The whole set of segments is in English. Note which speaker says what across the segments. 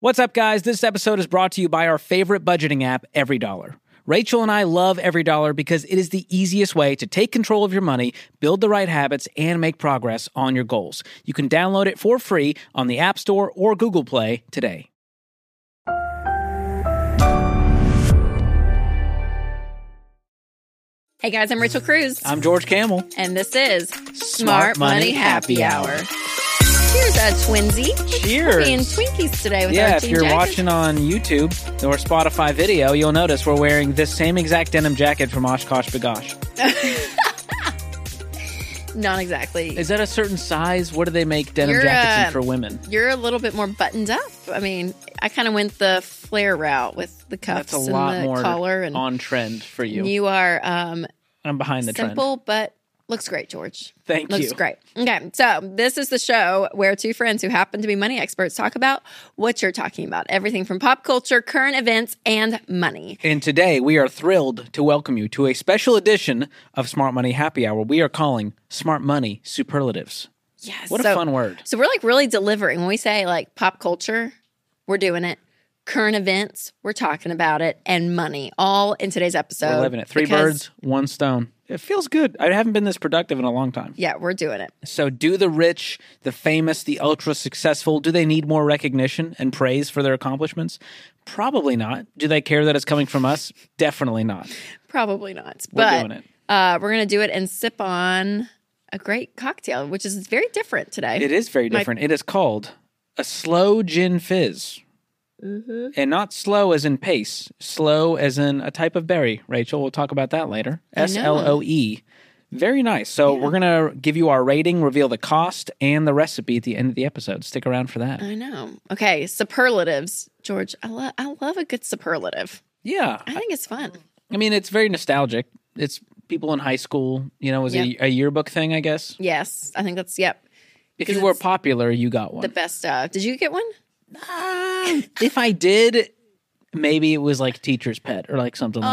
Speaker 1: What's up, guys? This episode is brought to you by our favorite budgeting app, Every Dollar. Rachel and I love Every Dollar because it is the easiest way to take control of your money, build the right habits, and make progress on your goals. You can download it for free on the App Store or Google Play today.
Speaker 2: Hey guys, I'm Rachel Cruz,
Speaker 1: I'm George Camel.
Speaker 2: and this is Smart, Money, Happy Hour. Here's a twinsie.
Speaker 1: Cheers.
Speaker 2: Being Twinkies today with
Speaker 1: Yeah,
Speaker 2: our
Speaker 1: if
Speaker 2: jean
Speaker 1: you're
Speaker 2: jacket.
Speaker 1: watching on YouTube or Spotify video, you'll notice we're wearing this same exact denim jacket from Oshkosh Bagosh.
Speaker 2: Not exactly.
Speaker 1: Is that a certain size? What do they make denim
Speaker 2: You're,
Speaker 1: jackets in
Speaker 2: uh,
Speaker 1: for women?
Speaker 2: you're a little bit more buttoned up. I mean, I kind of went the flare route with the cuffs
Speaker 1: That's a
Speaker 2: and
Speaker 1: lot
Speaker 2: the
Speaker 1: more
Speaker 2: collar, and
Speaker 1: on trend for you.
Speaker 2: you are um,
Speaker 1: I'm behind the trend.
Speaker 2: simple but looks great, George.
Speaker 1: Thank
Speaker 2: Looks
Speaker 1: you.
Speaker 2: great. Okay, so this is the show where two friends who happen to be money experts talk about what you're talking about everything from pop culture, current events, and money.
Speaker 1: And today we are thrilled to welcome you to a special edition of Smart Money Happy Hour. We are calling Smart Money Superlatives.
Speaker 2: Yes.
Speaker 1: What a
Speaker 2: so-
Speaker 1: fun word.
Speaker 2: So we're like really delivering. When we say like pop culture, we're doing it. Current events, we're talking about it, and money, all in today's episode.
Speaker 1: We're living it. Three
Speaker 2: uh, because-
Speaker 1: birds, one stone. It feels good. I haven't been this productive in a long time.
Speaker 2: Yeah, we're doing it.
Speaker 1: So, do the rich, the famous, the ultra successful, do they need more recognition and praise for their accomplishments? Probably not. Do they care that it's coming from us? Definitely not.
Speaker 2: Probably not.
Speaker 1: We're
Speaker 2: but
Speaker 1: doing it.
Speaker 2: Uh, we're gonna do it and sip on a great cocktail, which is very different today.
Speaker 1: It is very different. it is called a slow gin fizz.
Speaker 2: Mm-hmm.
Speaker 1: And not slow as in pace, slow as in a type of berry, Rachel. We'll talk about that later.
Speaker 2: know.
Speaker 1: S L O E. Very nice. So, we're going to give you our rating, reveal the cost, and the recipe at the end of the episode. Stick around for that.
Speaker 2: I know. Okay, superlatives, George. I love. I love a good superlative.
Speaker 1: Yeah.
Speaker 2: I think it's fun.
Speaker 1: I mean, it's very nostalgic. It's people in high school, you know, it was
Speaker 2: Yep.
Speaker 1: a, a yearbook thing, I guess.
Speaker 2: Yes, I think that's yep.
Speaker 1: If
Speaker 2: 'Cause
Speaker 1: you were
Speaker 2: it's
Speaker 1: popular, you got
Speaker 2: The
Speaker 1: one.
Speaker 2: best. Uh, did you get one?
Speaker 1: Ah, if I did, maybe it was like teacher's pet or like something like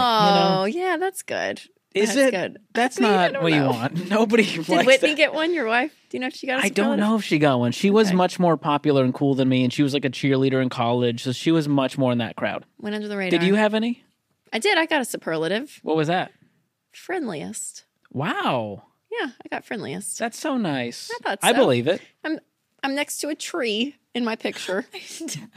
Speaker 2: Oh, yeah, that's good.
Speaker 1: you know. Is
Speaker 2: that's
Speaker 1: it?
Speaker 2: Good.
Speaker 1: That's
Speaker 2: mean, I
Speaker 1: not
Speaker 2: don't
Speaker 1: what you
Speaker 2: know.
Speaker 1: want. Nobody
Speaker 2: Did
Speaker 1: likes
Speaker 2: Whitney
Speaker 1: that.
Speaker 2: get one? Your wife? Do you know if she got? a
Speaker 1: I don't
Speaker 2: superlative?
Speaker 1: know if she got one. She was
Speaker 2: Okay.
Speaker 1: much more popular and cool than me, and she was like a cheerleader in college, so she was much more in that crowd.
Speaker 2: Went under the radar.
Speaker 1: Did you have any?
Speaker 2: I did. I got a superlative.
Speaker 1: What was that?
Speaker 2: Friendliest.
Speaker 1: Wow,
Speaker 2: Yeah, I got friendliest.
Speaker 1: that's so nice.
Speaker 2: I thought so.
Speaker 1: believe it.
Speaker 2: I'm I'm next to a tree in my picture.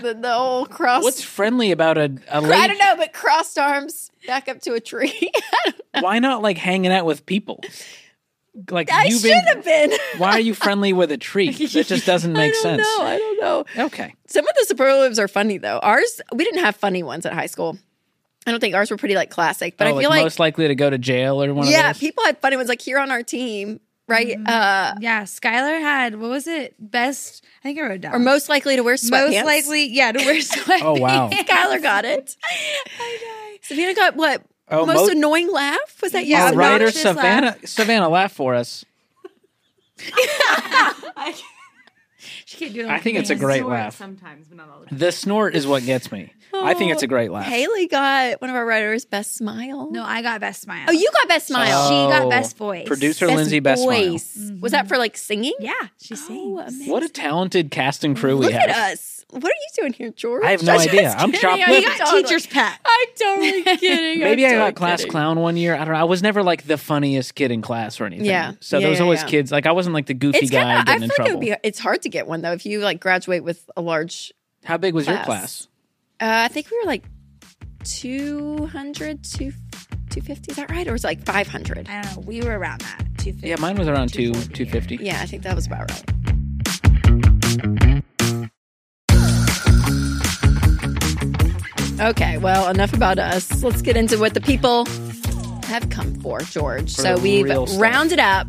Speaker 2: the the old cross.
Speaker 1: What's friendly about a, a lady?
Speaker 2: I don't know, but crossed arms back up to a tree.
Speaker 1: why not like hanging out with people? Like
Speaker 2: I
Speaker 1: you've
Speaker 2: should
Speaker 1: been.
Speaker 2: have been.
Speaker 1: Why are you friendly with a tree? That just doesn't make
Speaker 2: I don't
Speaker 1: sense.
Speaker 2: know. I don't know.
Speaker 1: Okay.
Speaker 2: Some of the superlatives are funny though. Ours, we didn't have funny ones at high school. I don't think ours were pretty like classic, but
Speaker 1: Oh,
Speaker 2: I feel like
Speaker 1: most likely to go to jail or one
Speaker 2: yeah,
Speaker 1: of those. Mm-hmm.
Speaker 2: people had funny ones like here on our team, right? Uh,
Speaker 3: Yeah, Skylar had what was it? Best I think I wrote it down.
Speaker 2: or most likely to wear sweatpants.
Speaker 3: most likely, yeah, to wear sweatpants.
Speaker 1: Oh, wow.
Speaker 2: Skylar got it.
Speaker 3: I
Speaker 2: Savannah got what?
Speaker 1: Oh,
Speaker 2: most
Speaker 1: mo-
Speaker 2: annoying laugh was that?
Speaker 3: Yeah,
Speaker 2: Yes,
Speaker 1: Our writer
Speaker 3: obnoxious laugh.
Speaker 1: Savannah Savannah laugh for us.
Speaker 3: die. she can't do it.
Speaker 1: I think it's a great laugh.
Speaker 3: sometimes, but not all the time.
Speaker 1: The snort is what gets me. I think it's a great laugh.
Speaker 2: Haley got one of our writers best smile.
Speaker 3: No, I got best smile.
Speaker 2: oh, you got best smile.
Speaker 3: she got
Speaker 1: Oh,
Speaker 3: best voice.
Speaker 1: Producer
Speaker 2: best
Speaker 1: Lindsay Best Smile.
Speaker 2: voice. Was that for like singing?
Speaker 3: yeah, she sings.
Speaker 2: Oh, amazing.
Speaker 1: What a talented cast and crew we
Speaker 2: Look
Speaker 1: have.
Speaker 2: at us. What are you doing here, George?
Speaker 1: I have no
Speaker 2: just
Speaker 1: idea. I'm
Speaker 2: kidding.
Speaker 1: shoplifting.
Speaker 2: I'm
Speaker 3: we got
Speaker 2: totally-
Speaker 3: teacher's pet.
Speaker 2: I'm totally kidding.
Speaker 1: Maybe
Speaker 2: I'm
Speaker 1: I
Speaker 2: totally
Speaker 1: got class
Speaker 2: kidding.
Speaker 1: clown one year. I don't know. I was never like the funniest kid in class or anything.
Speaker 2: Yeah.
Speaker 1: So
Speaker 2: Yeah,
Speaker 1: there was
Speaker 2: yeah,
Speaker 1: always
Speaker 2: yeah.
Speaker 1: kids. Like I wasn't like the goofy
Speaker 2: It's
Speaker 1: guy
Speaker 2: kind of. I
Speaker 1: getting
Speaker 2: feel
Speaker 1: in
Speaker 2: like it
Speaker 1: trouble.
Speaker 2: would be. It's hard to get one though if you like graduate with a large.
Speaker 1: How big was your
Speaker 2: class.
Speaker 1: class?
Speaker 2: Uh, I think we were like 200, 2, 250. Is that right? Or was it like 500?
Speaker 3: I don't know. We were around that. 250.
Speaker 1: Yeah, mine was around two
Speaker 3: 240,
Speaker 1: two fifty.
Speaker 2: Yeah, I think that was about right. Okay, well, enough about us. Let's get into what the people have come for, George. so
Speaker 1: the
Speaker 2: we've
Speaker 1: real stuff.
Speaker 2: rounded up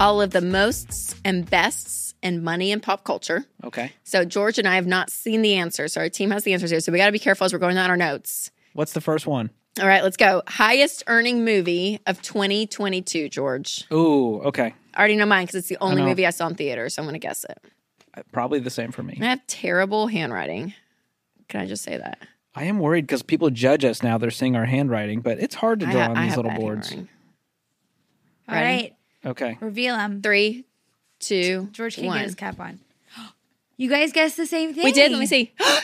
Speaker 2: all of the mosts and bests and money and pop culture.
Speaker 1: Okay.
Speaker 2: So George and I have not seen the answers. So our team has the answers here. So we got to be careful as we're going down our notes.
Speaker 1: What's the first one?
Speaker 2: All right, let's go. Highest earning movie of 2022, George.
Speaker 1: Ooh, okay.
Speaker 2: I already know mine because it's the only
Speaker 1: know.
Speaker 2: movie I saw in theaters. So I'm going to guess it.
Speaker 1: Uh, Probably the same for me.
Speaker 2: And I have terrible handwriting. Can I just say that?
Speaker 1: I am worried because people judge us now. They're seeing our handwriting, but it's hard to
Speaker 2: I
Speaker 1: draw
Speaker 2: ha-
Speaker 1: on
Speaker 2: I
Speaker 1: these
Speaker 2: have
Speaker 1: little
Speaker 2: bad
Speaker 1: boards.
Speaker 2: handwriting.
Speaker 3: All right,
Speaker 1: Okay.
Speaker 3: reveal them.
Speaker 2: Three, two,
Speaker 3: George can't
Speaker 2: one.
Speaker 3: get his cap on. You guys guessed the same thing.
Speaker 2: We did. Let me see. Top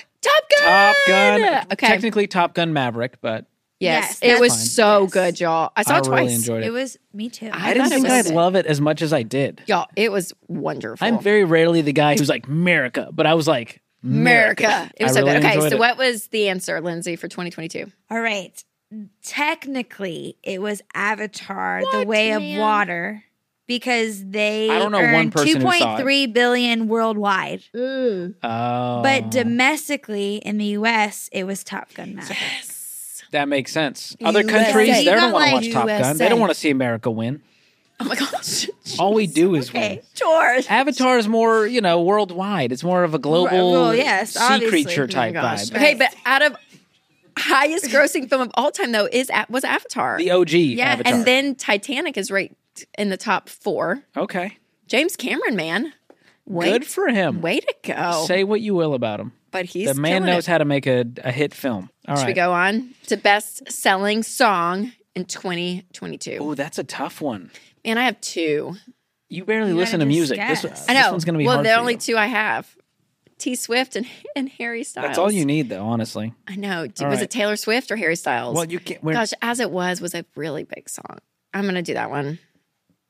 Speaker 2: Gun.
Speaker 1: Top Gun.
Speaker 2: Okay.
Speaker 1: Technically Top Gun Maverick, but
Speaker 2: Yes,
Speaker 3: Yes,
Speaker 2: it
Speaker 3: that's
Speaker 2: was
Speaker 1: fine.
Speaker 2: so
Speaker 3: Yes.
Speaker 2: good, y'all. I saw
Speaker 1: I
Speaker 2: it twice.
Speaker 1: really enjoyed it.
Speaker 3: It was me too.
Speaker 2: I
Speaker 1: I didn't
Speaker 2: thought it
Speaker 1: think
Speaker 2: was-
Speaker 1: I'd love it as much as I did.
Speaker 2: y'all, it was wonderful.
Speaker 1: I'm very rarely the guy who's like America, but I was like
Speaker 2: America. It was
Speaker 1: I
Speaker 2: so
Speaker 1: really
Speaker 2: good. Okay,
Speaker 1: enjoyed
Speaker 2: so
Speaker 1: it.
Speaker 2: what was the answer, Lindsay, for 2022?
Speaker 3: All right. Technically, it was Avatar:
Speaker 2: What,
Speaker 3: The Way
Speaker 2: ma'am?
Speaker 3: of Water because they
Speaker 1: I don't know one
Speaker 3: earned
Speaker 1: person who saw it.
Speaker 3: 2.3 billion worldwide,
Speaker 1: Oh,
Speaker 3: but domestically in the U.S., it was Top Gun Maverick.
Speaker 2: Yes.
Speaker 1: that makes sense. Other
Speaker 2: USA.
Speaker 1: countries, they
Speaker 2: You
Speaker 1: don't
Speaker 3: got,
Speaker 1: want to
Speaker 3: like,
Speaker 1: watch Top Gun. They
Speaker 2: USA.
Speaker 1: don't want to see America win.
Speaker 2: Oh my gosh.
Speaker 1: All we do is win.
Speaker 3: Okay, George.
Speaker 1: Avatar is more, you know, worldwide. It's more of a global
Speaker 3: well, yes,
Speaker 1: sea
Speaker 3: obviously.
Speaker 1: creature
Speaker 3: Oh my
Speaker 1: type
Speaker 2: Gosh.
Speaker 1: vibe.
Speaker 2: Okay, but out of highest grossing film of all time though is A- was Avatar.
Speaker 1: The OG Avatar.
Speaker 2: and then Titanic is right in the top 4.
Speaker 1: okay,
Speaker 2: James Cameron, man. Wait,
Speaker 1: good for him.
Speaker 2: Way to go.
Speaker 1: Say what you will about him,
Speaker 2: but he's
Speaker 1: the man
Speaker 2: killing
Speaker 1: knows
Speaker 2: it.
Speaker 1: how to make a, a hit film. All right.
Speaker 2: Should we go on to best selling song in 2022?
Speaker 1: Oh, that's a tough one.
Speaker 2: And I have two.
Speaker 1: You barely
Speaker 3: gotta
Speaker 1: listen to
Speaker 3: just
Speaker 1: music.
Speaker 3: guess.
Speaker 1: This,
Speaker 2: I know.
Speaker 1: this one's going to be
Speaker 2: well,
Speaker 1: hard.
Speaker 2: the
Speaker 1: for
Speaker 2: only
Speaker 1: you.
Speaker 2: two I have. T Swift and, and Harry Styles.
Speaker 1: That's all you need, though. Honestly,
Speaker 2: I know. D-
Speaker 1: All
Speaker 2: was
Speaker 1: right.
Speaker 2: it Taylor Swift or Harry Styles?
Speaker 1: well, you can't. We're,
Speaker 2: Gosh, as it was was a really big song. I'm gonna do that one.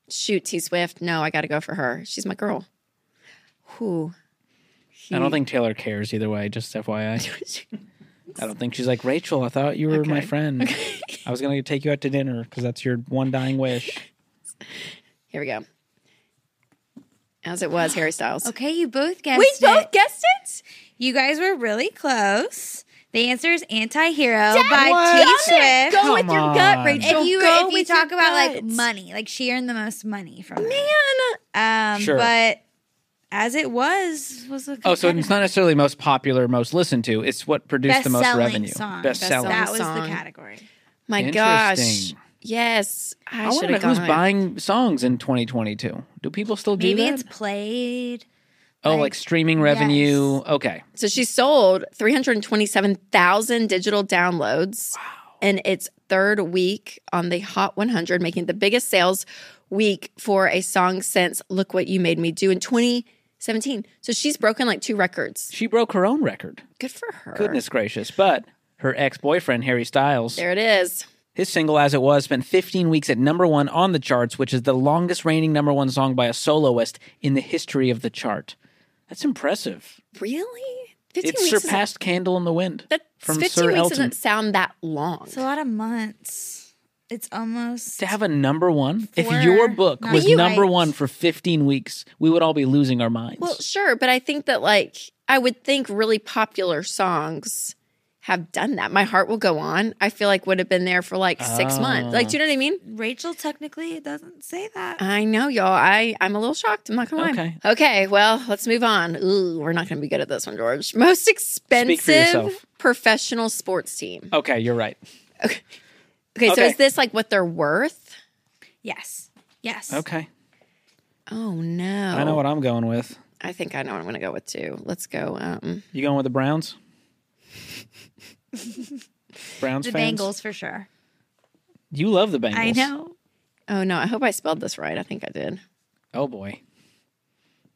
Speaker 2: Shoot, T Swift. No, I gotta go for her. She's my girl. Who?
Speaker 1: I don't think Taylor cares either way. Just FYI,
Speaker 2: think.
Speaker 1: I don't think she's like Rachel. I thought you were my
Speaker 2: Okay.
Speaker 1: friend. I was going to take you out to dinner because that's your one dying wish.
Speaker 2: Here we go. As it was, Harry Styles.
Speaker 3: Okay, you both guessed
Speaker 2: We
Speaker 3: it.
Speaker 2: both guessed it.
Speaker 3: You guys were really close. The answer is "Anti-Hero" by
Speaker 1: What?
Speaker 3: T. Swift.
Speaker 2: Go with your
Speaker 1: on.
Speaker 2: gut, Rachel.
Speaker 3: if you
Speaker 2: go
Speaker 3: if you
Speaker 2: with
Speaker 3: talk
Speaker 2: your
Speaker 3: about like
Speaker 2: gut.
Speaker 3: money, like she earned the most money from it.
Speaker 2: man.
Speaker 3: Um,
Speaker 1: Sure.
Speaker 3: but as it was, was a
Speaker 1: Oh, so it's
Speaker 3: competitive-
Speaker 1: not necessarily most popular, most listened to. It's what produced the most
Speaker 3: Best-selling
Speaker 1: revenue.
Speaker 3: Song.
Speaker 1: Best selling.
Speaker 3: That was
Speaker 2: Best-selling
Speaker 3: the
Speaker 2: song.
Speaker 3: category.
Speaker 2: My gosh.
Speaker 1: Interesting.
Speaker 2: Yes. I,
Speaker 1: I,
Speaker 2: should
Speaker 1: wonder
Speaker 2: have
Speaker 1: who's
Speaker 2: gone.
Speaker 1: buying songs in 2022. Do people still do
Speaker 3: Maybe
Speaker 1: that?
Speaker 3: it's played.
Speaker 1: oh, like,
Speaker 3: like-
Speaker 1: streaming revenue. Okay.
Speaker 2: So she sold 327,000 digital downloads in its third week on the Hot 100, making the biggest sales week for a song since Look What You Made Me Do in 2017. So she's broken like two records.
Speaker 1: She broke her own record.
Speaker 2: Good for her.
Speaker 1: Goodness gracious. But her ex boyfriend, Harry Styles,
Speaker 2: There it is.
Speaker 1: his single As It Was spent 15 weeks at number one on the charts, which is the longest reigning number one song by a soloist in the history of the chart. That's impressive.
Speaker 2: Really? 15
Speaker 1: It
Speaker 2: weeks doesn't-
Speaker 1: surpassed Candle in the Wind
Speaker 2: That,
Speaker 1: from
Speaker 2: 15
Speaker 1: Sir
Speaker 2: weeks
Speaker 1: Elton.
Speaker 2: doesn't sound that long.
Speaker 3: It's a lot of months. It's almost
Speaker 1: to have a number one,
Speaker 3: Four
Speaker 1: if your book
Speaker 3: nine-
Speaker 1: was
Speaker 3: You-
Speaker 1: number
Speaker 3: Right.
Speaker 1: one for 15 weeks, we would all be losing our minds.
Speaker 2: Well, sure, but I think that like I would think really popular songs have done that. My heart will go on. I feel like would have been there for like six
Speaker 1: Oh.
Speaker 2: months. Like, do you know what I mean?
Speaker 3: Rachel. Technically, it doesn't say that.
Speaker 2: I know, y'all. I I'm a little shocked. I'm not gonna lie.
Speaker 1: Okay.
Speaker 2: Okay. Well, let's move on. Ooh, we're not gonna be good at this one, George. Most expensive
Speaker 1: yourself.
Speaker 2: professional sports team.
Speaker 1: okay, you're right.
Speaker 2: Okay, So
Speaker 1: Okay.
Speaker 2: is this like what they're worth?
Speaker 3: yes. Yes.
Speaker 1: Okay.
Speaker 2: Oh no.
Speaker 1: I know what I'm going with.
Speaker 2: I think I know what I'm gonna go with too. Let's go. Um.
Speaker 1: You going with the Browns? Browns
Speaker 3: The
Speaker 1: fans?
Speaker 3: Bengals for sure.
Speaker 1: You love the Bengals.
Speaker 3: I know.
Speaker 2: Oh no. I hope I spelled this right. I think I did.
Speaker 1: Oh, boy.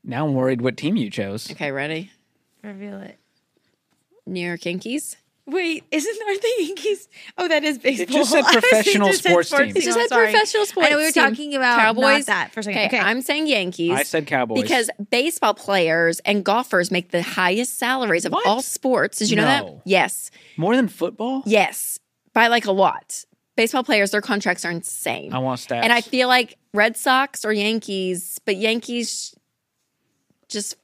Speaker 1: Now I'm worried what team you chose.
Speaker 2: Okay. Ready?
Speaker 3: Reveal it.
Speaker 2: New York Yankees.
Speaker 3: Wait, isn't aren't the Yankees? Oh, that is baseball.
Speaker 1: just said
Speaker 3: I was thinking
Speaker 1: professional
Speaker 3: it just said
Speaker 1: sports team.
Speaker 2: It just
Speaker 3: I'm
Speaker 2: said
Speaker 3: sorry.
Speaker 2: professional sports.
Speaker 3: I know we were
Speaker 2: team.
Speaker 3: talking about Cowboys.
Speaker 2: Cowboys.
Speaker 3: that for a second.
Speaker 2: Okay,
Speaker 3: Okay,
Speaker 2: I'm saying Yankees.
Speaker 1: I said Cowboys.
Speaker 2: because baseball players and golfers make the highest salaries of
Speaker 1: What?
Speaker 2: all sports. Did you know
Speaker 1: No.
Speaker 2: that? Yes,
Speaker 1: More than football?
Speaker 2: yes, by like a lot. Baseball players, their contracts are insane,
Speaker 1: I want stats.
Speaker 2: and I feel like Red Sox or Yankees, but Yankees just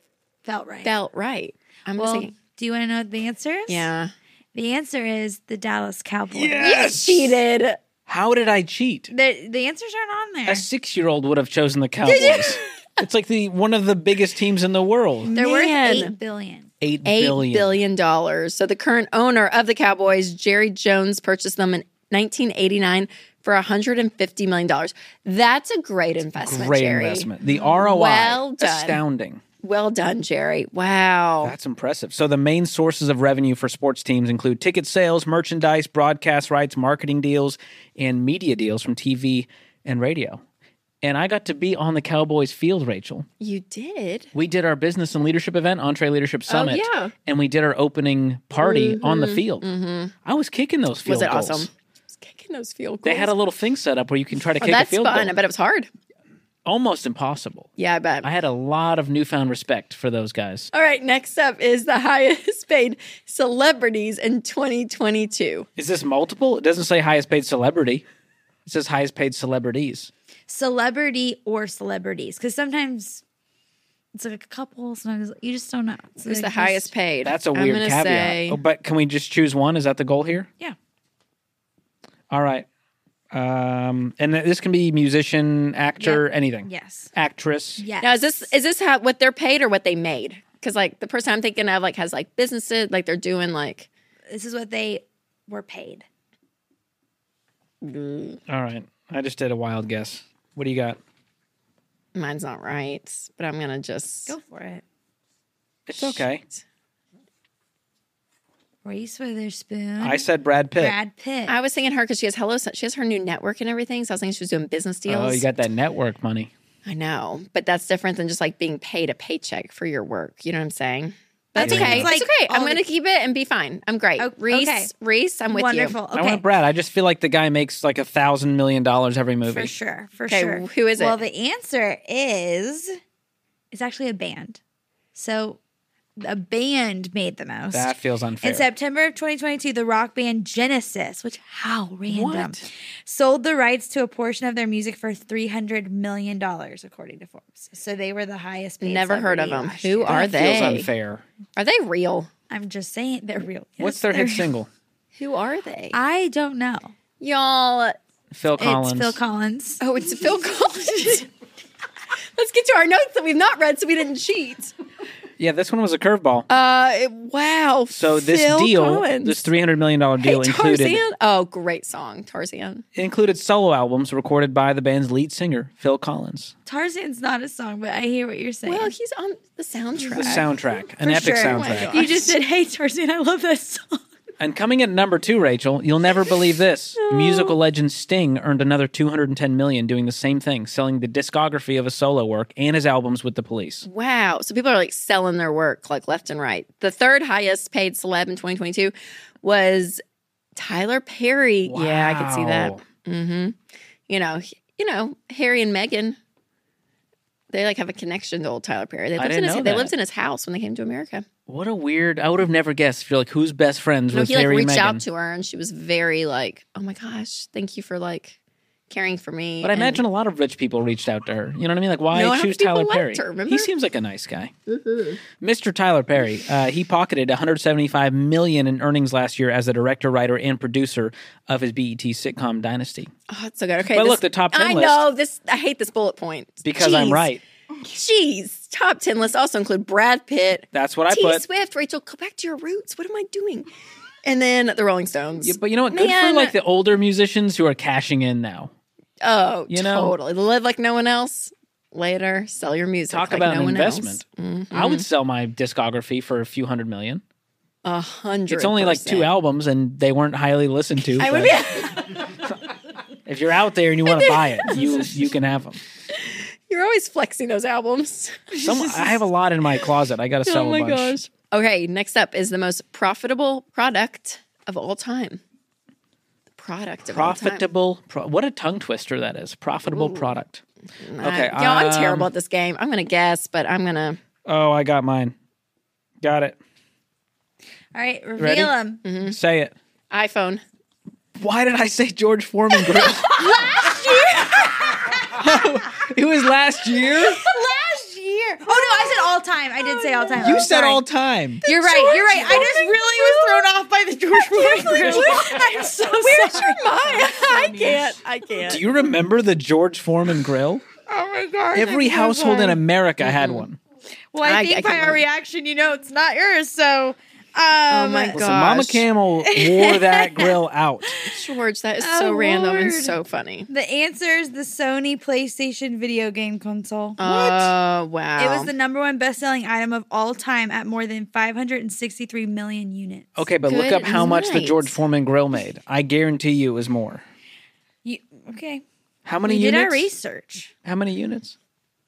Speaker 3: felt right.
Speaker 2: felt right. I'm
Speaker 3: well,
Speaker 2: saying,
Speaker 3: do you want to know what the answer is?
Speaker 2: yeah,
Speaker 3: The answer is the Dallas Cowboys.
Speaker 1: Yes!
Speaker 2: you cheated.
Speaker 1: How did I cheat?
Speaker 3: The, the answers aren't on there.
Speaker 1: A six-year-old would have chosen the Cowboys. it's like the one of the biggest teams in the world.
Speaker 3: They're
Speaker 2: Man.
Speaker 3: worth eight billion.
Speaker 1: Eight
Speaker 2: Eight
Speaker 1: billion.
Speaker 2: billion dollars. So the current owner of the Cowboys, Jerry Jones, purchased them in 1989 for 150 million dollars. That's a great investment.
Speaker 1: Great
Speaker 2: Jerry.
Speaker 1: investment. The ROI.
Speaker 2: Well done.
Speaker 1: Astounding.
Speaker 2: Well done, Jerry. Wow.
Speaker 1: That's impressive. So the main sources of revenue for sports teams include ticket sales, merchandise, broadcast rights, marketing deals, and media deals from TV and radio. and I got to be on the Cowboys field, Rachel.
Speaker 2: You did?
Speaker 1: We did our business and leadership event, Entree Leadership Summit,
Speaker 2: Oh, yeah. Mm-hmm.
Speaker 1: and we did our opening party on the field. I was kicking those field
Speaker 2: Was it
Speaker 1: goals.
Speaker 2: awesome? I was kicking those field goals.
Speaker 1: They had a little thing set up where you can try to
Speaker 2: oh,
Speaker 1: kick
Speaker 2: that's
Speaker 1: a field
Speaker 2: fun.
Speaker 1: goal.
Speaker 2: I bet it was hard.
Speaker 1: Almost impossible.
Speaker 2: Yeah, I bet.
Speaker 1: I had a lot of newfound respect for those guys.
Speaker 2: All right, next up is the highest paid celebrities in 2022.
Speaker 1: Is this multiple? It doesn't say highest paid celebrity. It says highest paid celebrities.
Speaker 3: Celebrity or celebrities. Because sometimes it's like a couple, sometimes you just don't know. It's
Speaker 2: Who's
Speaker 3: like
Speaker 2: the
Speaker 3: just-
Speaker 2: highest paid?
Speaker 1: That's a
Speaker 2: I'm
Speaker 1: weird
Speaker 2: gonna
Speaker 1: caveat.
Speaker 2: say-
Speaker 1: Oh, but can we just choose one? Is that the goal here?
Speaker 3: Yeah.
Speaker 1: All right. Um, and th- this can be musician, actor, anything.
Speaker 3: Yes.
Speaker 1: Actress.
Speaker 3: Yes.
Speaker 2: now, is this is this how what they're paid or what they made? Because like the person I'm thinking of like has like businesses, like they're doing like
Speaker 3: this is what they were paid.
Speaker 1: All right. I just did a wild guess. What do you got?
Speaker 2: mine's not right, but I'm gonna just
Speaker 3: Go for it.
Speaker 1: It's okay.
Speaker 3: Reese Witherspoon.
Speaker 1: I said Brad Pitt.
Speaker 3: Brad Pitt.
Speaker 2: I was thinking her because she has hello, Sun- she has her new network and everything. So I was thinking she was doing business deals.
Speaker 1: Oh, you got that network money.
Speaker 2: I know, but that's different than just like being paid a paycheck for your work. You know what I'm saying? That's
Speaker 3: think
Speaker 2: okay.
Speaker 3: it's
Speaker 2: It's,
Speaker 3: like
Speaker 2: okay. I'm
Speaker 3: all the-
Speaker 2: going to keep it and be fine. I'm great.
Speaker 3: Oh,
Speaker 2: Reese,
Speaker 3: okay.
Speaker 2: Reese, I'm with
Speaker 3: Wonderful.
Speaker 2: you.
Speaker 3: Okay.
Speaker 1: I want Brad. I just feel like the guy makes like a thousand million dollars every movie.
Speaker 3: For sure. For
Speaker 2: Okay,
Speaker 3: sure.
Speaker 2: who is it?
Speaker 3: Well, the answer is it's actually a band. So a band made the most.
Speaker 1: That feels unfair.
Speaker 3: In September of 2022, the rock band Genesis, which how random,
Speaker 1: What?
Speaker 3: sold the rights to a portion of their music for 300 million dollars according to Forbes. So they were the highest paid.
Speaker 2: Never heard of
Speaker 3: celebrity
Speaker 2: them.
Speaker 3: last
Speaker 2: Who
Speaker 3: year.
Speaker 1: that
Speaker 2: are they?
Speaker 1: Feels unfair.
Speaker 2: Are they real?
Speaker 3: I'm just saying they're real.
Speaker 1: What's
Speaker 3: Yes,
Speaker 1: their
Speaker 3: they're
Speaker 1: hit
Speaker 3: real.
Speaker 1: single?
Speaker 2: Who are they?
Speaker 3: I don't know.
Speaker 2: Y'all.
Speaker 1: Phil Collins.
Speaker 3: It's Phil Collins.
Speaker 2: Oh, it's Phil Collins. Let's get to our notes that we've not read so we didn't cheat.
Speaker 1: yeah, this one was a curveball.
Speaker 2: Uh, it- wow.
Speaker 1: so this
Speaker 2: Phil
Speaker 1: deal,
Speaker 2: Collins.
Speaker 1: this three hundred million dollar
Speaker 2: hey,
Speaker 1: deal
Speaker 2: Tarzan.
Speaker 1: included
Speaker 2: Oh, great song, Tarzan.
Speaker 1: included solo albums recorded by the band's lead singer Phil Collins.
Speaker 3: Tarzan's not a song, but I hear what you're saying.
Speaker 2: Well, he's on the soundtrack.
Speaker 1: The soundtrack, an
Speaker 3: For
Speaker 1: epic
Speaker 3: sure. Oh my
Speaker 1: soundtrack.
Speaker 2: God.
Speaker 3: you just said, "Hey Tarzan, I love that song."
Speaker 1: And coming at number two, Rachel, you'll never believe this. Musical legend Sting earned another 210 million doing the same thing, selling the discography of a solo work and his albums with the police.
Speaker 2: Wow. So people are like selling their work like left and right. The third highest paid celeb in 2022 was Tyler Perry. Yeah, I could see that.
Speaker 1: Wow.
Speaker 2: You know, he- you know, Harry and Meghan. They like have a connection to old Tyler Perry. They lived
Speaker 1: didn't
Speaker 2: in his
Speaker 1: know
Speaker 2: they
Speaker 1: that.
Speaker 2: lived in his house when they came to America.
Speaker 1: What a weird I would have never guessed if you're like who's best friends
Speaker 2: No,
Speaker 1: with
Speaker 2: he like
Speaker 1: Harry and
Speaker 2: reached
Speaker 1: Meghan.
Speaker 2: out to her and she was very like, Oh my gosh, thank you for like caring for me.
Speaker 1: but I
Speaker 2: And
Speaker 1: imagine a lot of rich people reached out to her. You know what I mean? Like, why
Speaker 2: No, half the
Speaker 1: choose
Speaker 2: people
Speaker 1: Tyler
Speaker 2: liked
Speaker 1: Perry?
Speaker 2: her, remember? Mm-hmm.
Speaker 1: he seems like a nice guy. Mr. Tyler Perry, uh, he pocketed 175 million in earnings last year as the director, writer, and producer of his BET sitcom Dynasty.
Speaker 2: Oh, it's so good. Okay.
Speaker 1: But
Speaker 2: this-
Speaker 1: look, the top 10
Speaker 2: I
Speaker 1: list-
Speaker 2: know this I hate this bullet point.
Speaker 1: Because I'm
Speaker 2: Jeez.
Speaker 1: right.
Speaker 2: Jeez. Top ten lists also include Brad Pitt.
Speaker 1: That's what I
Speaker 2: T
Speaker 1: put.
Speaker 2: Swift, Rachel, go back to your roots. What am I doing? And then the Rolling Stones.
Speaker 1: Yeah, but you know what? Good
Speaker 2: Man.
Speaker 1: for like the older musicians who are cashing in now.
Speaker 2: oh,
Speaker 1: you know-
Speaker 2: totally. Live like no one else. Later, sell your music.
Speaker 1: Talk
Speaker 2: like
Speaker 1: about
Speaker 2: no
Speaker 1: an
Speaker 2: one Mm-hmm.
Speaker 1: investment. I would sell my discography for a few hundred million.
Speaker 2: Else. A hundred.
Speaker 1: It's only like two
Speaker 2: percent.
Speaker 1: albums, and they weren't highly listened to.
Speaker 2: I would
Speaker 1: but
Speaker 2: be,
Speaker 1: if you're out there and you want to buy it, you you can have them.
Speaker 2: you're always flexing those albums.
Speaker 1: Some, I have a lot in my closet. I got to sell
Speaker 2: oh my
Speaker 1: a bunch.
Speaker 2: gosh. Okay, next up is the most profitable product of all time. The product of
Speaker 1: Profitable. Pro- what a tongue twister that is. Profitable product.
Speaker 2: all time.
Speaker 1: Okay,
Speaker 2: Mm, I, y'all, I'm
Speaker 1: um,
Speaker 2: terrible at this game. I'm gonna guess, but I'm gonna.
Speaker 1: Oh, I got mine. Got it.
Speaker 3: All right, reveal
Speaker 1: Ready?
Speaker 3: them.
Speaker 2: Mm.
Speaker 1: Say it.
Speaker 2: iPhone.
Speaker 1: Why did I say George Foreman grill? last year. it was last year.
Speaker 3: Last year. Oh no, I said all time. I did say all time.
Speaker 1: You
Speaker 3: I'm
Speaker 1: said
Speaker 3: sorry.
Speaker 1: all time.
Speaker 3: You're right. You're right. I just really was thrown off by the George Floyd. grill. I'm so Where's sorry. your mind?
Speaker 2: I can't. I can't.
Speaker 1: Do you remember the George Foreman grill?
Speaker 3: Oh my god.
Speaker 1: Every household in America had one.
Speaker 3: Well, I,
Speaker 2: I- I
Speaker 3: think by
Speaker 2: can't
Speaker 3: our
Speaker 2: believe-
Speaker 3: reaction, you know, it's not yours. So, um, oh
Speaker 2: my
Speaker 1: So Mama
Speaker 2: Gosh.
Speaker 1: Camel wore that grill out.
Speaker 2: George, that is
Speaker 3: Oh,
Speaker 2: so random and
Speaker 3: Lord.
Speaker 2: so funny.
Speaker 3: The answer is the Sony PlayStation video game console.
Speaker 1: Uh,
Speaker 2: Oh,
Speaker 3: It
Speaker 2: wow.
Speaker 3: was the number one best-selling item of all time at more than 563 million units.
Speaker 1: Okay, but look
Speaker 2: Good
Speaker 1: up how much the
Speaker 2: night.
Speaker 1: George Foreman grill made. I guarantee you it was more.
Speaker 3: You, okay.
Speaker 1: How many
Speaker 3: We did
Speaker 1: units?
Speaker 3: our research.
Speaker 1: How many units?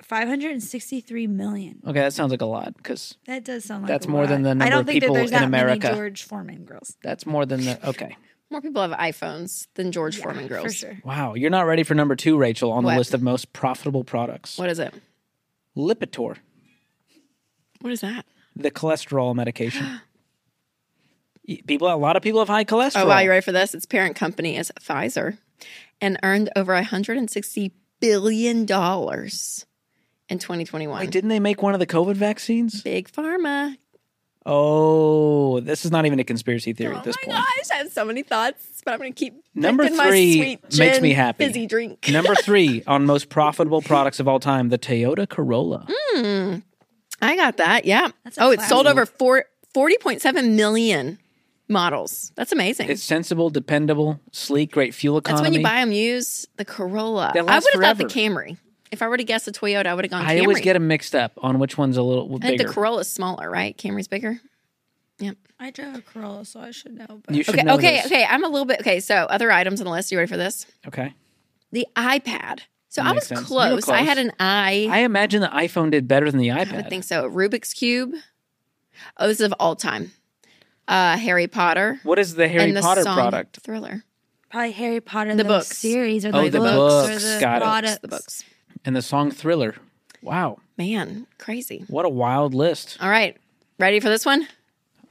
Speaker 3: 563 million.
Speaker 1: Okay, that sounds like a lot because
Speaker 3: That does sound like
Speaker 1: That's
Speaker 3: a
Speaker 1: more
Speaker 3: lot.
Speaker 1: than the
Speaker 3: I
Speaker 1: number
Speaker 3: don't
Speaker 1: of
Speaker 3: think
Speaker 1: people
Speaker 3: that there's
Speaker 1: in
Speaker 3: that
Speaker 1: America.
Speaker 3: Many George Foreman girls.
Speaker 1: that's more than the. Okay.
Speaker 2: More people have iPhones than George Foreman girls.
Speaker 3: For sure.
Speaker 1: Wow. You're not ready for number two, Rachel, on the
Speaker 2: What?
Speaker 1: list of most profitable products.
Speaker 2: What is it?
Speaker 1: Lipitor,
Speaker 2: What is that?
Speaker 1: the cholesterol medication. Y- people, a lot of people have high cholesterol.
Speaker 2: Oh wow, you ready for this? Its parent company is Pfizer and earned over 160 billion dollars in 2021.
Speaker 1: Wait, didn't they make one of the COVID vaccines?
Speaker 2: Big pharma.
Speaker 1: Oh, this is not even a conspiracy theory
Speaker 2: Oh
Speaker 1: at this
Speaker 2: my
Speaker 1: point.
Speaker 2: gosh, I have so many thoughts, but I'm going to keep
Speaker 1: Number
Speaker 2: drinking my
Speaker 1: three
Speaker 2: sweet
Speaker 1: makes
Speaker 2: gin
Speaker 1: me happy.
Speaker 2: Fizzy drink.
Speaker 1: Number three on most profitable products of all time, the Toyota Corolla.
Speaker 2: Hmm. I got that. Yeah.
Speaker 3: That's a
Speaker 2: Oh, it's sold
Speaker 3: clown.
Speaker 2: over four, 40.7 million models. That's amazing.
Speaker 1: It's sensible, dependable, sleek, great fuel
Speaker 2: That's
Speaker 1: economy.
Speaker 2: when you buy them used. The Corolla. I
Speaker 1: That
Speaker 2: would have
Speaker 1: lasts
Speaker 2: thought the
Speaker 1: forever.
Speaker 2: Camry. If I were to guess a Toyota, I would have gone Camry.
Speaker 1: I always get them mixed up on which one's a little
Speaker 2: I think
Speaker 1: bigger.
Speaker 2: the Corolla's smaller, right? Camry's bigger.
Speaker 3: I drove a Corolla, so I should know. But
Speaker 1: you should
Speaker 2: Okay,
Speaker 1: know
Speaker 2: okay,
Speaker 1: this.
Speaker 2: okay. I'm a little bit okay. So other items on the list. You ready for this?
Speaker 1: Okay.
Speaker 2: The iPad. So
Speaker 1: That
Speaker 2: I was
Speaker 1: makes
Speaker 2: close.
Speaker 1: sense. You were
Speaker 2: I
Speaker 1: close.
Speaker 2: had an I.
Speaker 1: I imagine the iPhone did better than the
Speaker 2: I would
Speaker 1: iPad.
Speaker 2: think so. Rubik's cube. Oh, this is of all time. Uh, Harry Potter
Speaker 1: What is the Harry
Speaker 2: and the
Speaker 1: Potter
Speaker 2: song
Speaker 1: product?
Speaker 2: Thriller.
Speaker 3: probably Harry Potter,
Speaker 2: The
Speaker 3: the,
Speaker 2: books.
Speaker 3: series, or
Speaker 1: Oh,
Speaker 3: the,
Speaker 1: the
Speaker 3: books,
Speaker 1: books.
Speaker 3: or the
Speaker 1: Got it.
Speaker 3: products.
Speaker 2: The books.
Speaker 1: And the song Thriller. Wow.
Speaker 2: Man, crazy.
Speaker 1: What a wild list.
Speaker 2: All right, ready for this one? Uh,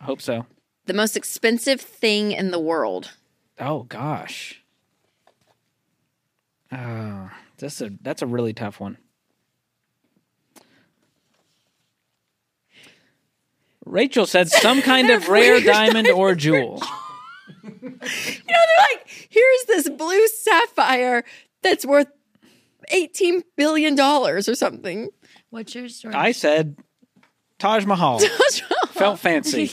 Speaker 1: I hope so.
Speaker 2: The most expensive thing in the world.
Speaker 1: Oh gosh. Oh, that's a that's a really tough one. Rachel said some kind of rare diamond or jewel.
Speaker 2: You know, they're like, here's this blue sapphire that's worth eighteen billion dollars or something.
Speaker 3: What's your story?
Speaker 1: I said Taj Mahal. Felt fancy.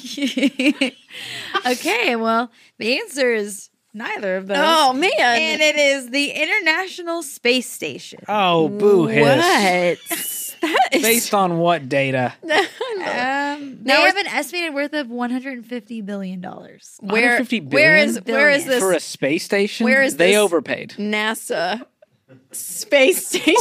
Speaker 3: okay, well, the answer is neither of those.
Speaker 2: oh man!
Speaker 3: And it is the International Space Station.
Speaker 1: Oh, boo hiss.
Speaker 2: that is
Speaker 1: Based on what data?
Speaker 3: Um, they
Speaker 2: Now
Speaker 3: have an estimated worth of one hundred and fifty billion dollars.
Speaker 2: where?
Speaker 1: 150
Speaker 2: Where is
Speaker 1: billion?
Speaker 2: where is this
Speaker 1: For a space station?
Speaker 2: Where is
Speaker 1: they
Speaker 2: this-
Speaker 1: overpaid.
Speaker 2: NASA space station?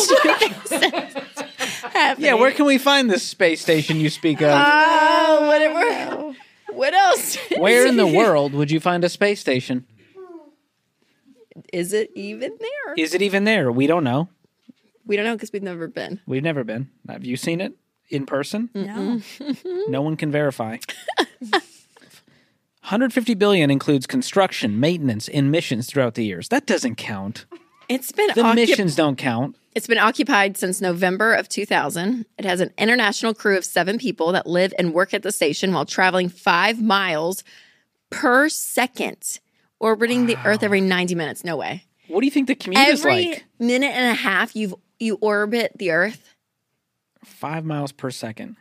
Speaker 1: Yeah, where can we find this space station you speak of?
Speaker 2: Oh, whatever. What else?
Speaker 1: Where in the world would you find a space station?
Speaker 2: is it even there?
Speaker 1: Is it even there? We don't know.
Speaker 2: we don't know because we've never been.
Speaker 1: We've never been. Have you seen it in person?
Speaker 3: No,
Speaker 2: Mm-hmm.
Speaker 1: No one can verify. 150 billion includes construction, maintenance, and missions throughout the years. That doesn't count.
Speaker 2: It's been
Speaker 1: The
Speaker 2: occup-
Speaker 1: missions don't count.
Speaker 2: It's been occupied since November of 2000. It has an international crew of seven people that live and work at the station while traveling five miles per second, orbiting the Earth every 90 minutes. No way.
Speaker 1: What do you think the commute is
Speaker 2: every
Speaker 1: like?
Speaker 2: minute and a half, you you orbit the Earth.
Speaker 1: Five miles per second.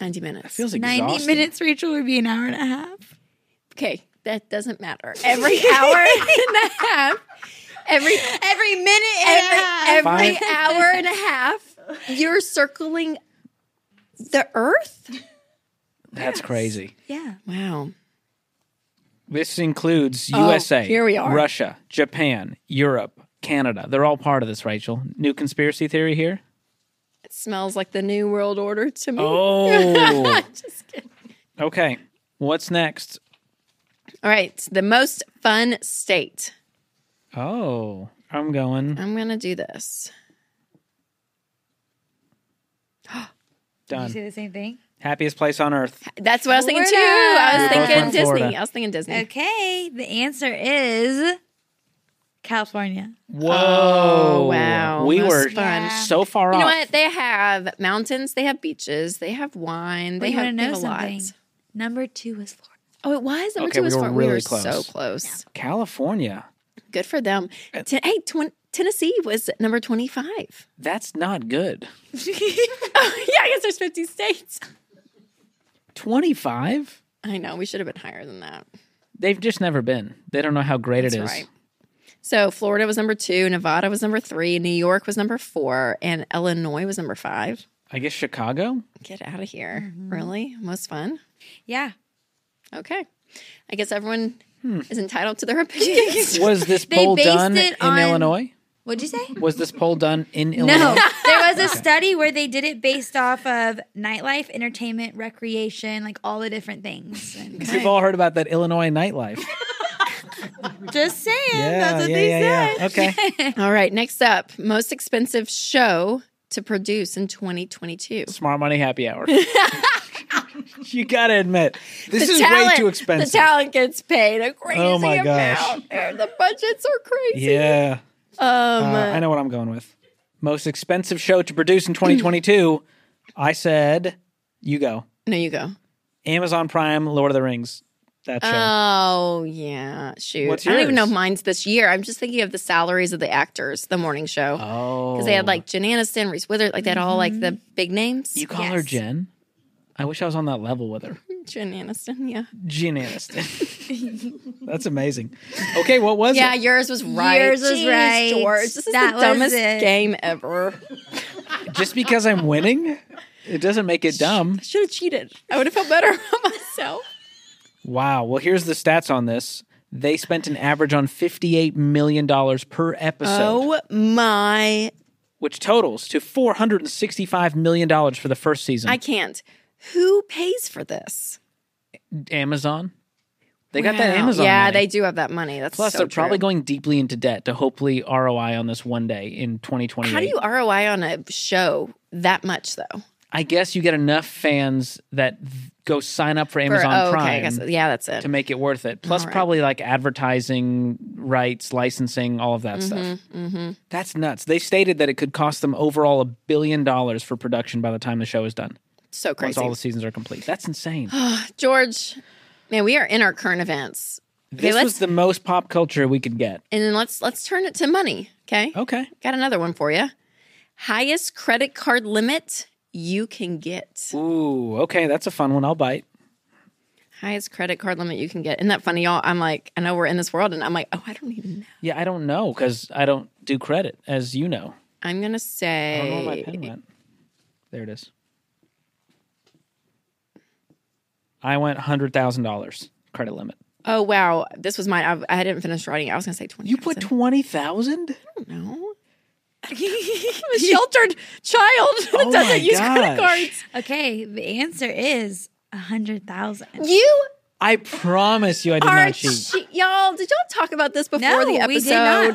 Speaker 2: 90 minutes.
Speaker 1: Feels exhausting.
Speaker 3: ninety minutes, Rachel, would be an hour and a half.
Speaker 2: Okay, that doesn't matter. Every hour and a half, every
Speaker 3: Every minute
Speaker 2: every every
Speaker 1: Five.
Speaker 2: hour and a half, you're circling the Earth.
Speaker 1: That's crazy.
Speaker 3: yeah.
Speaker 2: Wow.
Speaker 1: This includes USA,
Speaker 2: Oh, here we are.
Speaker 1: Russia, Japan, Europe, Canada. They're all part of this, Rachel. New conspiracy theory here?
Speaker 2: It smells like the New World Order to me.
Speaker 1: Oh.
Speaker 2: Just kidding.
Speaker 1: okay. What's next?
Speaker 2: All right, the most fun state.
Speaker 1: Oh, I'm going.
Speaker 2: I'm gonna do this.
Speaker 3: Did you
Speaker 1: Done.
Speaker 3: say the same thing?
Speaker 1: Happiest place on earth.
Speaker 2: That's what I was thinking too.
Speaker 3: Florida.
Speaker 2: I was
Speaker 1: We're both
Speaker 2: thinking
Speaker 1: from
Speaker 2: Disney.
Speaker 1: Florida.
Speaker 2: I was thinking Disney.
Speaker 3: Okay, the answer is California.
Speaker 1: Whoa.
Speaker 2: oh, wow.
Speaker 1: We
Speaker 2: Most
Speaker 1: were
Speaker 2: fun.
Speaker 1: so far
Speaker 2: You know
Speaker 1: off.
Speaker 2: what? They have mountains. They have beaches. They have wine. They
Speaker 3: Well, you
Speaker 2: have,
Speaker 3: wanna
Speaker 2: they have
Speaker 3: know
Speaker 2: a lot.
Speaker 3: something? Number two is Florida.
Speaker 2: Oh, it was. Number
Speaker 1: Okay,
Speaker 2: two
Speaker 1: we
Speaker 2: was
Speaker 1: were
Speaker 2: Florida. we
Speaker 1: really
Speaker 2: were so
Speaker 1: close.
Speaker 2: close.
Speaker 1: California.
Speaker 2: Good for them. Ten- hey, twen- Tennessee was number twenty-five.
Speaker 1: That's not good.
Speaker 2: oh, yeah, I guess there's fifty states.
Speaker 1: 25?
Speaker 2: I know. We should have been higher than that.
Speaker 1: They've just never been. They don't know how great it is.
Speaker 2: That's right. So Florida was number two, Nevada was number three, New York was number four, and Illinois was number five.
Speaker 1: I guess Chicago?
Speaker 2: Get out of here.
Speaker 1: Mm-hmm.
Speaker 2: Really? Most fun?
Speaker 3: Yeah.
Speaker 2: Okay.
Speaker 1: Hmm.
Speaker 2: I guess everyone is entitled to their opinions.
Speaker 1: Was this
Speaker 3: They
Speaker 1: poll
Speaker 3: based
Speaker 1: done in
Speaker 3: it on-
Speaker 1: Illinois?
Speaker 3: What'd you say?
Speaker 1: Was this poll done in Illinois?
Speaker 3: No, there was a study where they did it based off of nightlife, entertainment, recreation, like all the different things. And
Speaker 1: We've all heard about that Illinois nightlife.
Speaker 3: just saying,
Speaker 1: yeah,
Speaker 3: that's what
Speaker 1: yeah,
Speaker 3: they
Speaker 1: yeah,
Speaker 3: said.
Speaker 1: yeah. Okay.
Speaker 2: All right, next up, most expensive show to produce in 2022.
Speaker 1: Smart Money Happy Hour. you gotta admit, this
Speaker 2: The
Speaker 1: is way
Speaker 2: talent-
Speaker 1: too expensive.
Speaker 2: The talent gets paid a crazy
Speaker 1: Oh my gosh.
Speaker 2: amount. and the budgets are crazy.
Speaker 1: yeah,
Speaker 2: Um,
Speaker 1: uh, I know what I'm going with. Most expensive show to produce in 2022. I said, you go.
Speaker 2: no, you go.
Speaker 1: Amazon Prime, Lord of the Rings. That show.
Speaker 2: Oh yeah, shoot.
Speaker 1: What's
Speaker 2: I don't even know
Speaker 1: yours?
Speaker 2: if mine's this year. I'm just thinking of the salaries of the actors, the morning show, because
Speaker 1: oh,
Speaker 2: they had like Jen Aniston, Reese Witherspoon, like they had all like the big names.
Speaker 1: You call her
Speaker 3: Yes.
Speaker 1: Jen. I wish I was on that level with her.
Speaker 2: Jen Aniston, yeah,
Speaker 1: Jen Aniston. That's amazing. Okay, what was
Speaker 2: yeah.
Speaker 1: it?
Speaker 2: Yours was right.
Speaker 3: Yours was
Speaker 2: Jeez,
Speaker 3: right.
Speaker 2: George, this is
Speaker 3: That
Speaker 2: the
Speaker 3: was
Speaker 2: dumbest
Speaker 3: it.
Speaker 2: game ever.
Speaker 1: Just because I'm winning, it doesn't make it dumb.
Speaker 2: I should have cheated. I would have felt better about myself.
Speaker 1: Wow. Well, here's the stats on this. They spent an average on $58 million per episode,
Speaker 2: Oh my!
Speaker 1: which totals to $465 million for the first season.
Speaker 2: I can't. Who pays for this?
Speaker 1: Amazon. They got that
Speaker 2: Wow.
Speaker 1: Amazon.
Speaker 2: Yeah,
Speaker 1: money.
Speaker 2: they do have that money. That's
Speaker 1: Plus,
Speaker 2: so
Speaker 1: they're probably
Speaker 2: true.
Speaker 1: going deeply into debt to hopefully ROI on this one day in 2028.
Speaker 2: How do you ROI on a show that much though?
Speaker 1: I guess you get enough fans that v- go sign up for
Speaker 2: For-
Speaker 1: Amazon
Speaker 2: oh,
Speaker 1: Prime
Speaker 2: okay, I guess yeah, that's it.
Speaker 1: to make it worth it. Plus,
Speaker 2: All right.
Speaker 1: probably like advertising rights, licensing, all of that
Speaker 2: Mm-hmm,
Speaker 1: stuff. That's nuts. They stated that it could cost them overall a billion dollars for production by the time the show is done.
Speaker 2: So
Speaker 1: Once
Speaker 2: crazy,
Speaker 1: all the seasons are complete. That's insane.
Speaker 2: George. Man, we are in our current events,
Speaker 1: this
Speaker 2: let's-
Speaker 1: was the most pop culture we could get.
Speaker 2: and then let's let's turn it to money. Okay,
Speaker 1: Okay.
Speaker 2: got another one for you. Highest credit card limit you can get.
Speaker 1: Ooh, okay. That's a fun one. I'll bite.
Speaker 2: Highest credit card limit you can get. Isn't that funny, y'all? I'm like, I know we're in this world, and I'm like, oh, I don't even know.
Speaker 1: Yeah, I don't know because I don't do credit, as you know.
Speaker 2: I'm gonna
Speaker 1: I don't know where my pen
Speaker 2: say
Speaker 1: went. There it is. I went hundred thousand dollars credit limit.
Speaker 2: Oh wow, this was mine. I, I didn't finish writing. it. I was gonna say twenty.
Speaker 1: You put twenty thousand?
Speaker 2: no. I'm a sheltered child that
Speaker 1: Oh my
Speaker 2: doesn't use
Speaker 1: gosh.
Speaker 2: credit cards.
Speaker 3: Okay, the answer is a hundred thousand.
Speaker 2: You
Speaker 1: I promise you, I did
Speaker 2: are
Speaker 1: not cheat.
Speaker 2: che- y'all. Did y'all talk about this before
Speaker 3: No,
Speaker 2: the episode?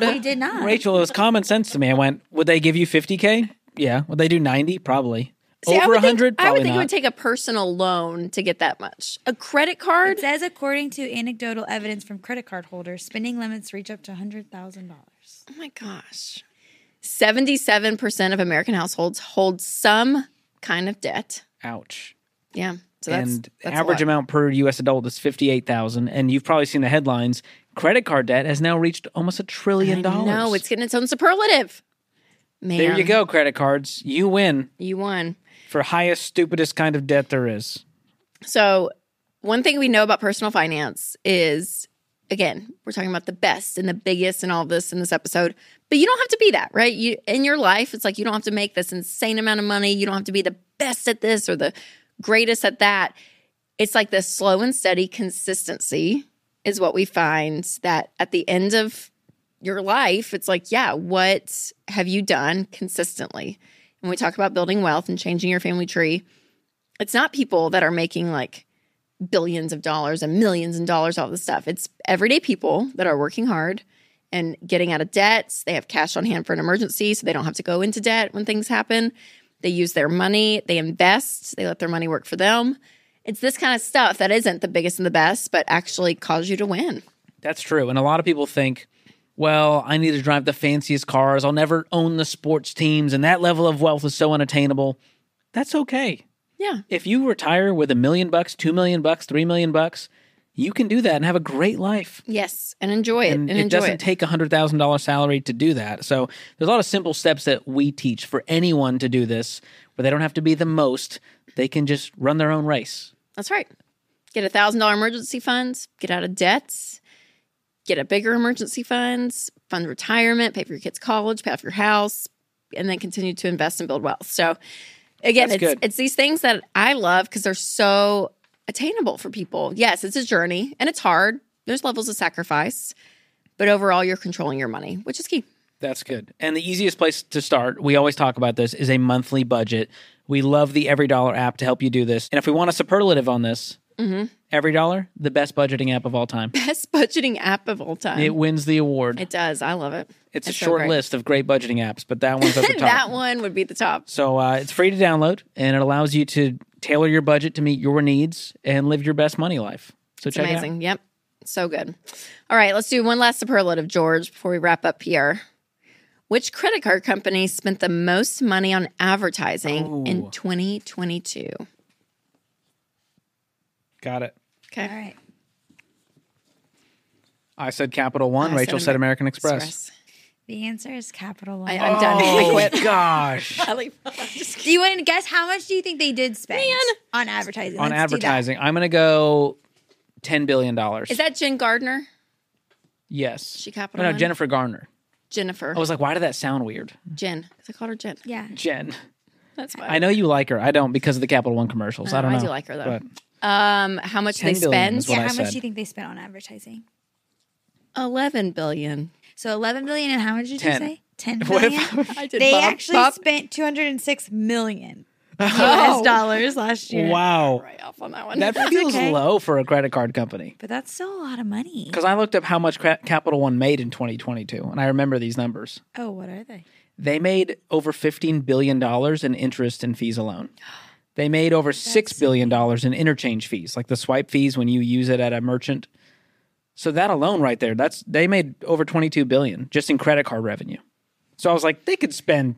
Speaker 3: we did not. We did not.
Speaker 1: Rachel, it was common sense to me. I went, would they give you fifty k? Yeah. Would they do ninety? Probably.
Speaker 2: See, I
Speaker 1: Over
Speaker 2: would think-
Speaker 1: hundred?
Speaker 2: I
Speaker 1: Probably
Speaker 2: would think
Speaker 1: not.
Speaker 2: it would take a personal loan to get that much. A credit card.
Speaker 3: It says according to anecdotal evidence from credit card holders, spending limits reach up to hundred thousand dollars.
Speaker 2: Oh my gosh. 77% of American households hold some kind of debt.
Speaker 1: Ouch.
Speaker 2: Yeah. So that's,
Speaker 1: And
Speaker 2: that's a
Speaker 1: average
Speaker 2: lot.
Speaker 1: amount per U.S. adult is fifty-eight thousand. And you've probably seen the headlines. Credit card debt has now reached almost a trillion dollars.
Speaker 2: No, it's getting its own superlative. Man,
Speaker 1: there. You go, credit cards. You win.
Speaker 2: You won.
Speaker 1: for highest stupidest kind of debt there is.
Speaker 2: So, one thing we know about personal finance is again, we're talking about the best and the biggest and all this in this episode, but you don't have to be that, right? You in your life, it's like you don't have to make this insane amount of money, you don't have to be the best at this or the greatest at that. It's like the slow and steady consistency is what we find that at the end of your life, it's like, yeah, what have you done consistently? And we talk about building wealth and changing your family tree it's not people that are making like billions of dollars and millions and dollars all this stuff it's everyday people that are working hard and getting out of debts they have cash on hand for an emergency so they don't have to go into debt when things happen they use their money they invest they let their money work for them it's this kind of stuff that isn't the biggest and the best but actually cause you to win
Speaker 1: That's true. And a lot of people think, well, I need to drive the fanciest cars. I'll never own the sports teams. And that level of wealth is so unattainable. That's okay.
Speaker 2: yeah
Speaker 1: If you retire with a million bucks, two million bucks, three million bucks, you can do that and have a great life.
Speaker 2: yes and enjoy it and,
Speaker 1: it
Speaker 2: enjoy
Speaker 1: doesn't
Speaker 2: it
Speaker 1: take a hundred thousand dollar salary to do that. So there's a lot of simple steps that we teach for anyone to do this, where they don't have to be the most. They can just run their own race.
Speaker 2: That's right. Get a thousand dollar emergency funds, get out of debts, get a bigger emergency funds, fund retirement, pay for your kids' college, pay off your house, and then continue to invest and build wealth. So again,
Speaker 1: That's
Speaker 2: it's
Speaker 1: good.
Speaker 2: it's these things that I love because they're so attainable for people. Yes, it's a journey and it's hard. There's levels of sacrifice, but overall you're controlling your money, which is key.
Speaker 1: That's good. And the easiest place to start, we always talk about this, is a monthly budget. We love the Every Dollar app to help you do this. And if we want a superlative on this,
Speaker 2: Mm-hmm.
Speaker 1: Every Dollar, the best budgeting app of all time.
Speaker 2: Best budgeting app of all time.
Speaker 1: It wins the award.
Speaker 2: It does. I love it.
Speaker 1: it's a
Speaker 2: so
Speaker 1: short
Speaker 2: great.
Speaker 1: list of great budgeting apps, but that one's at the top.
Speaker 2: That one would be the top.
Speaker 1: So uh, it's free to download and it allows you to tailor your budget to meet your needs and live your best money life. So
Speaker 2: It's
Speaker 1: check it out.
Speaker 2: amazing. Yep. So good. All right, let's do one last superlative, George, before we wrap up here. Which credit card company spent the most money on advertising
Speaker 1: Ooh.
Speaker 2: in 2022?
Speaker 1: Got it.
Speaker 2: Okay.
Speaker 3: All right.
Speaker 1: I said Capital One.
Speaker 2: I said
Speaker 1: Rachel said American Express. Oh,
Speaker 2: Express.
Speaker 3: The answer is Capital One.
Speaker 2: I, I'm done. I quit.
Speaker 1: gosh.
Speaker 2: I leave. Just
Speaker 3: do you want to guess how much do you think they did spend on advertising?
Speaker 1: On
Speaker 3: Let's do that.
Speaker 1: advertising, I'm going to go $10 billion.
Speaker 2: Is that Jen Gardner?
Speaker 1: yes.
Speaker 2: she Capital
Speaker 1: No,
Speaker 2: One?
Speaker 1: Jennifer Garner.
Speaker 2: Jennifer.
Speaker 1: I was like, why did that sound weird?
Speaker 2: Jen. 'Cause I called her Jen.
Speaker 3: Yeah.
Speaker 1: Jen.
Speaker 2: That's fine.
Speaker 1: I know you like her. I don't because of the Capital One commercials. I, don't know.
Speaker 2: I do like her, though.
Speaker 1: But
Speaker 2: Um, how much they
Speaker 1: 10 billion
Speaker 2: spend?
Speaker 1: is what
Speaker 3: yeah.
Speaker 1: I
Speaker 3: How much
Speaker 1: said.
Speaker 3: do you think they spent on advertising?
Speaker 2: 11 billion.
Speaker 3: So 11 billion, and how much did
Speaker 1: Ten.
Speaker 3: you say? 10
Speaker 1: What if-
Speaker 3: billion.
Speaker 2: I did
Speaker 3: They
Speaker 2: Bob-
Speaker 3: actually
Speaker 2: Bob-
Speaker 3: spent 206 million US dollars last year.
Speaker 1: wow.
Speaker 2: right off on that one.
Speaker 1: Oh. That feels
Speaker 3: okay.
Speaker 1: low for a credit card company.
Speaker 3: But that's still a lot of money.
Speaker 1: Because I looked up how much Cra- Capital One made in 2022, and I remember these numbers.
Speaker 3: Oh, what are they?
Speaker 1: They made over $15 billion in interest and fees alone. They made over $6 billion in interchange fees, like the swipe fees when you use it at a merchant. So that alone right there, that's they made over 22 billion just in credit card revenue. So I was like, they could spend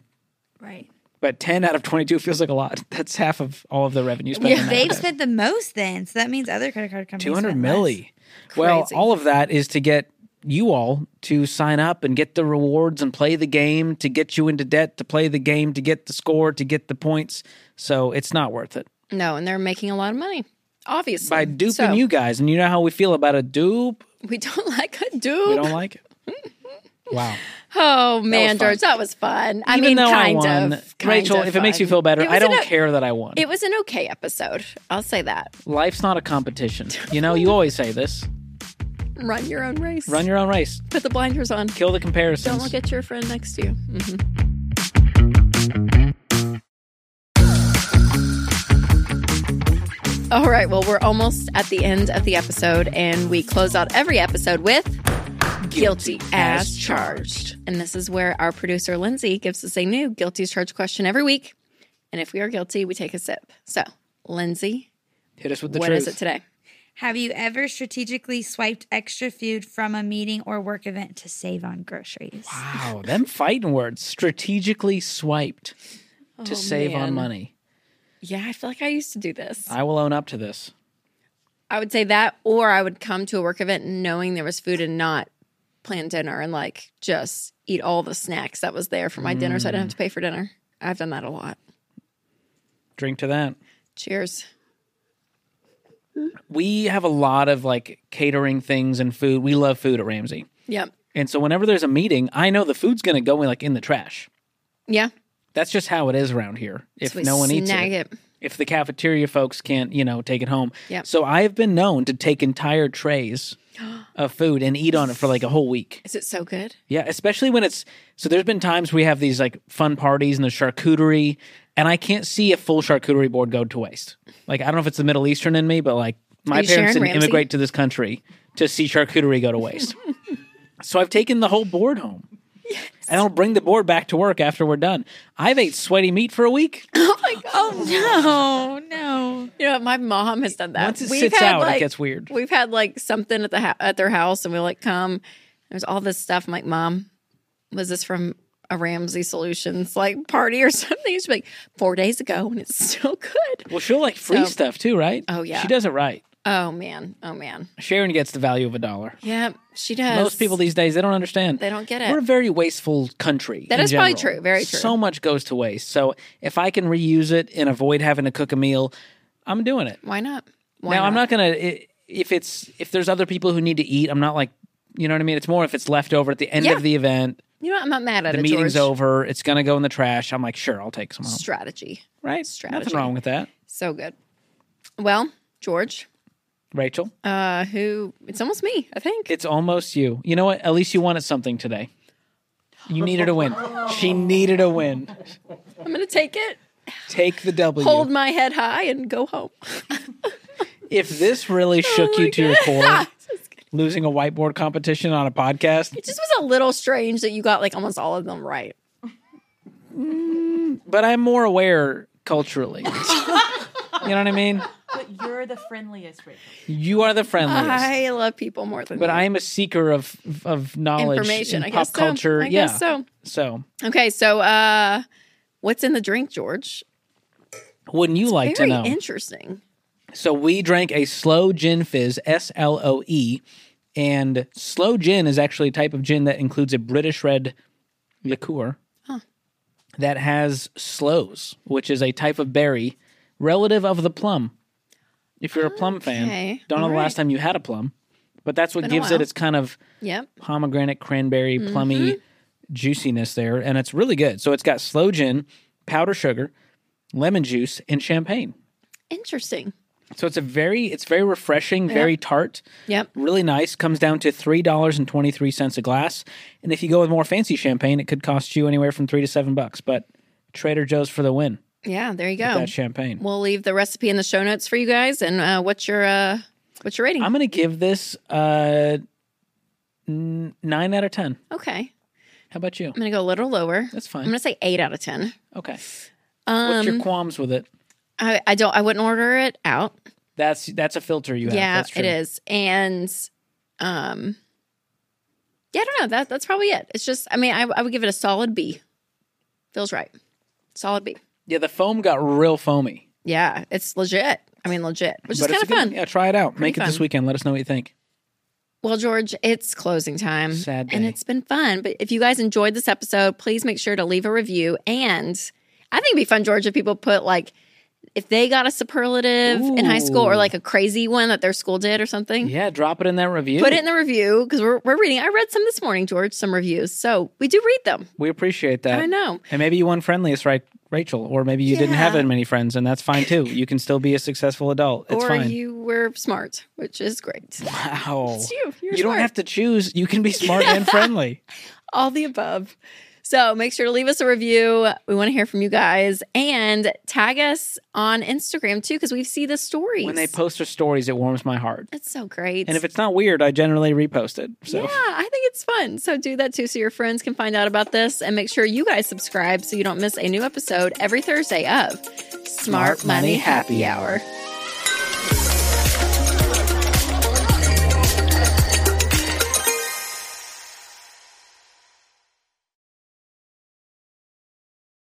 Speaker 3: Right.
Speaker 1: but 10 out of 22 feels like a lot. That's half of all of the revenue spent.
Speaker 3: Yeah,
Speaker 1: on
Speaker 3: they've
Speaker 1: advertising.
Speaker 3: spent the most then. So that means other credit card companies.
Speaker 1: 200
Speaker 3: spent less.
Speaker 1: milli. Well,
Speaker 2: Crazy.
Speaker 1: all of that is to get you all to sign up and get the rewards and play the game to get you into debt to play the game to get the score to get the points. So it's not worth it.
Speaker 2: No, and they're making a lot of money, obviously.
Speaker 1: By duping
Speaker 2: Mm. So,
Speaker 1: you guys, and you know how we feel about a dupe.
Speaker 2: We don't like a
Speaker 1: We
Speaker 2: dupe.
Speaker 1: don't like it. Wow.
Speaker 2: Oh, man,
Speaker 1: fun.
Speaker 2: George, that was fun. I
Speaker 1: Even
Speaker 2: mean,
Speaker 1: though
Speaker 2: kind
Speaker 1: I won,
Speaker 2: of. kind
Speaker 1: Rachel,
Speaker 2: of
Speaker 1: if it makes you
Speaker 2: fun.
Speaker 1: feel better,
Speaker 2: It
Speaker 1: I
Speaker 2: was
Speaker 1: don't
Speaker 2: an o-
Speaker 1: care that I won.
Speaker 2: It was an okay episode. I'll say that.
Speaker 1: Life's not a competition. You know, you always say this.
Speaker 2: Run your own race.
Speaker 1: Run your own race.
Speaker 2: Put the blinders on.
Speaker 1: Kill the comparisons.
Speaker 2: Don't look at your friend next to you. Mhm. All right, well, we're almost at the end of the episode, and we close out every episode with Guilty as Charged. And this is where our producer, Lindsay, gives us a new Guilty as Charged question every week. And if we are guilty, we take a sip. So, Lindsay,
Speaker 1: Hit us with
Speaker 2: what
Speaker 1: the
Speaker 2: is
Speaker 1: truth.
Speaker 2: it today?
Speaker 3: Have you ever strategically swiped extra food from a meeting or work event to save on groceries?
Speaker 1: Wow, them fighting words strategically swiped to
Speaker 2: Oh,
Speaker 1: save
Speaker 2: man.
Speaker 1: on money.
Speaker 2: Yeah, I feel like I used to do this.
Speaker 1: I will own up to this.
Speaker 2: I would say that, or I would come to a work event knowing there was food and not plan dinner and like just eat all the snacks that was there for my dinner so I didn't have to pay for dinner. I've done that a lot.
Speaker 1: Drink to that.
Speaker 2: Cheers.
Speaker 1: We have a lot of like catering things and food. We love food at Ramsey.
Speaker 2: Yep.
Speaker 1: And so whenever there's a meeting, I know the food's going to go in like in the trash.
Speaker 2: Yeah.
Speaker 1: That's just how it is around here. If
Speaker 2: So we
Speaker 1: no one eats
Speaker 2: snag
Speaker 1: it. If the cafeteria folks can't, you know, take it home.
Speaker 2: Yep.
Speaker 1: So I have been known to take entire trays of food and eat on it for like a whole week.
Speaker 2: Is it so good?
Speaker 1: Yeah, especially when it's so. There's been times we have these like fun parties and the charcuterie, and I can't see a full charcuterie board go to waste. Like I don't know if it's the Middle Eastern in me, but like my
Speaker 2: Are you
Speaker 1: parents
Speaker 2: Sharon
Speaker 1: didn't
Speaker 2: Ramsey?
Speaker 1: immigrate to this country to see charcuterie go to waste. so I've taken the whole board home, and I'll bring the board back to work after we're done. I've ate sweaty meat for a week.
Speaker 2: Oh my God.
Speaker 3: Oh no.
Speaker 2: You know, what? my mom has done that.
Speaker 1: Once it sits out, it gets weird.
Speaker 2: We've had like something at the ha- at their house, and we like come. There's all this stuff. I'm like, mom, was this from a Ramsey Solutions like party or something? She's like, four days ago, and it's still good.
Speaker 1: Well, she'll like free
Speaker 2: So-
Speaker 1: stuff too, right?
Speaker 2: Oh, yeah.
Speaker 1: she does it right.
Speaker 2: Oh man, oh man.
Speaker 1: Sharon gets the value of a dollar.
Speaker 2: Yeah, she does.
Speaker 1: Most people these days they don't understand.
Speaker 2: They don't get it.
Speaker 1: We're a very wasteful country.
Speaker 2: That
Speaker 1: in
Speaker 2: is probably
Speaker 1: general.
Speaker 2: true, very true.
Speaker 1: So much goes to waste. So if I can reuse it and avoid having to cook a meal, I'm doing it.
Speaker 2: Why not? Why
Speaker 1: now
Speaker 2: not?
Speaker 1: I'm not gonna i- if it's if there's other people who need to eat. I'm not like you know what I mean. It's more if it's left over at the end
Speaker 2: Yeah.
Speaker 1: of the event.
Speaker 2: You know, what? I'm not mad at
Speaker 1: The
Speaker 2: it.
Speaker 1: meeting's
Speaker 2: George.
Speaker 1: over. It's gonna go in the trash. I'm like, sure, I'll take some home.
Speaker 2: Strategy,
Speaker 1: Right?
Speaker 2: strategy.
Speaker 1: Nothing wrong with that.
Speaker 2: so good. Well, George,
Speaker 1: Rachel,
Speaker 2: uh, who? It's almost me, I think.
Speaker 1: it's almost you. You know what? At least you wanted something today. You needed a win. She needed a win.
Speaker 2: I'm going to take it,
Speaker 1: Take the W.
Speaker 2: hold my head high, and go home.
Speaker 1: If this really shook
Speaker 2: Oh my
Speaker 1: you to your core,
Speaker 2: God.
Speaker 1: losing a whiteboard competition on a podcast,
Speaker 2: It just was a little strange that you got like almost all of them right.
Speaker 1: but I'm more aware culturally. you know what I mean?
Speaker 4: But you're the friendliest, Rachel.
Speaker 1: You are the friendliest.
Speaker 2: I love people more than
Speaker 1: but
Speaker 2: you.
Speaker 1: I am a seeker of of knowledge,
Speaker 2: information.
Speaker 1: in
Speaker 2: I
Speaker 1: pop
Speaker 2: guess
Speaker 1: culture.
Speaker 2: So. I
Speaker 1: yeah,
Speaker 2: guess so.
Speaker 1: So,
Speaker 2: Okay, so uh, what's in the drink, George?
Speaker 1: wouldn't you like
Speaker 2: Very
Speaker 1: to know?
Speaker 2: interesting.
Speaker 1: So we drank a slow gin fizz, S L O E, and slow gin is actually a type of gin that includes a British red liqueur that has sloes, which is a type of berry relative of the plum. If you're a plum fan,
Speaker 2: Okay.
Speaker 1: don't know
Speaker 2: All
Speaker 1: the last
Speaker 2: right.
Speaker 1: time you had a plum, but that's what
Speaker 2: Been a
Speaker 1: gives it
Speaker 2: while. Mm-hmm.
Speaker 1: its kind of
Speaker 2: Yep.
Speaker 1: pomegranate, cranberry, plummy juiciness there, and it's really good. So it's got sloe gin, powder sugar, lemon juice, and champagne.
Speaker 2: Interesting.
Speaker 1: So it's a very it's very refreshing, very tart,
Speaker 2: Yep.
Speaker 1: really nice. Comes down to three dollars and twenty three cents a glass, and if you go with more fancy champagne, it could cost you anywhere from three to seven bucks. But Trader Joe's for the win.
Speaker 2: Yeah, there you
Speaker 1: with
Speaker 2: go.
Speaker 1: That champagne.
Speaker 2: We'll leave the recipe in the show notes for you guys. And uh, what's your uh, what's your rating?
Speaker 1: I'm gonna give this uh n- nine out of ten.
Speaker 2: okay,
Speaker 1: How about you?
Speaker 2: I'm gonna go a little lower.
Speaker 1: That's
Speaker 2: I'm
Speaker 1: fine.
Speaker 2: gonna say eight out of ten.
Speaker 1: okay. What's your
Speaker 2: Um,
Speaker 1: qualms with it?
Speaker 2: I, I don't. I wouldn't order it out.
Speaker 1: That's that's a filter you have.
Speaker 2: yeah,
Speaker 1: That's true.
Speaker 2: it is. And um, yeah, I don't know. That that's probably it. It's just. I mean, I, I would give it a solid B. Feels right. Solid B.
Speaker 1: Yeah, the foam got real foamy.
Speaker 2: Yeah, it's legit. I mean, legit, which is
Speaker 1: But
Speaker 2: kind
Speaker 1: it's
Speaker 2: of
Speaker 1: a good-
Speaker 2: fun.
Speaker 1: Yeah, try it out. Make it this
Speaker 2: fun.
Speaker 1: weekend. Let us know what you think.
Speaker 2: Well, George, it's closing time.
Speaker 1: Sad
Speaker 2: And
Speaker 1: day.
Speaker 2: it's been fun. But if you guys enjoyed this episode, please make sure to leave a review. And I think it'd be fun, George, if people put like, if they got a superlative in high school or
Speaker 1: Ooh.
Speaker 2: like a crazy one that their school did or something,
Speaker 1: Yeah, drop it in that review.
Speaker 2: put it in the review because we're, we're reading. I read some this morning, George, some reviews. So we do read them.
Speaker 1: We appreciate that.
Speaker 2: I know.
Speaker 1: And maybe you won friendliest, right, Rachel? Or maybe you didn't have
Speaker 2: Yeah.
Speaker 1: that many friends, and that's fine too. You can still be a successful adult. It's
Speaker 2: or
Speaker 1: fine.
Speaker 2: you were smart, which is great.
Speaker 1: wow.
Speaker 2: It's you. You're
Speaker 1: You don't
Speaker 2: smart.
Speaker 1: have to choose. You can be smart and friendly.
Speaker 2: all the above. So make sure to leave us a review. We want to hear from you guys and tag us on Instagram too, because we see the stories.
Speaker 1: When they post their stories, it warms my heart.
Speaker 2: it's so great.
Speaker 1: And if it's not weird, I generally repost it. So
Speaker 2: yeah, I think it's fun. So do that too, so your friends can find out about this, and make sure you guys subscribe so you don't miss a new episode every Thursday of Smart,
Speaker 1: Money
Speaker 2: Money
Speaker 1: Happy
Speaker 2: Happy Hour.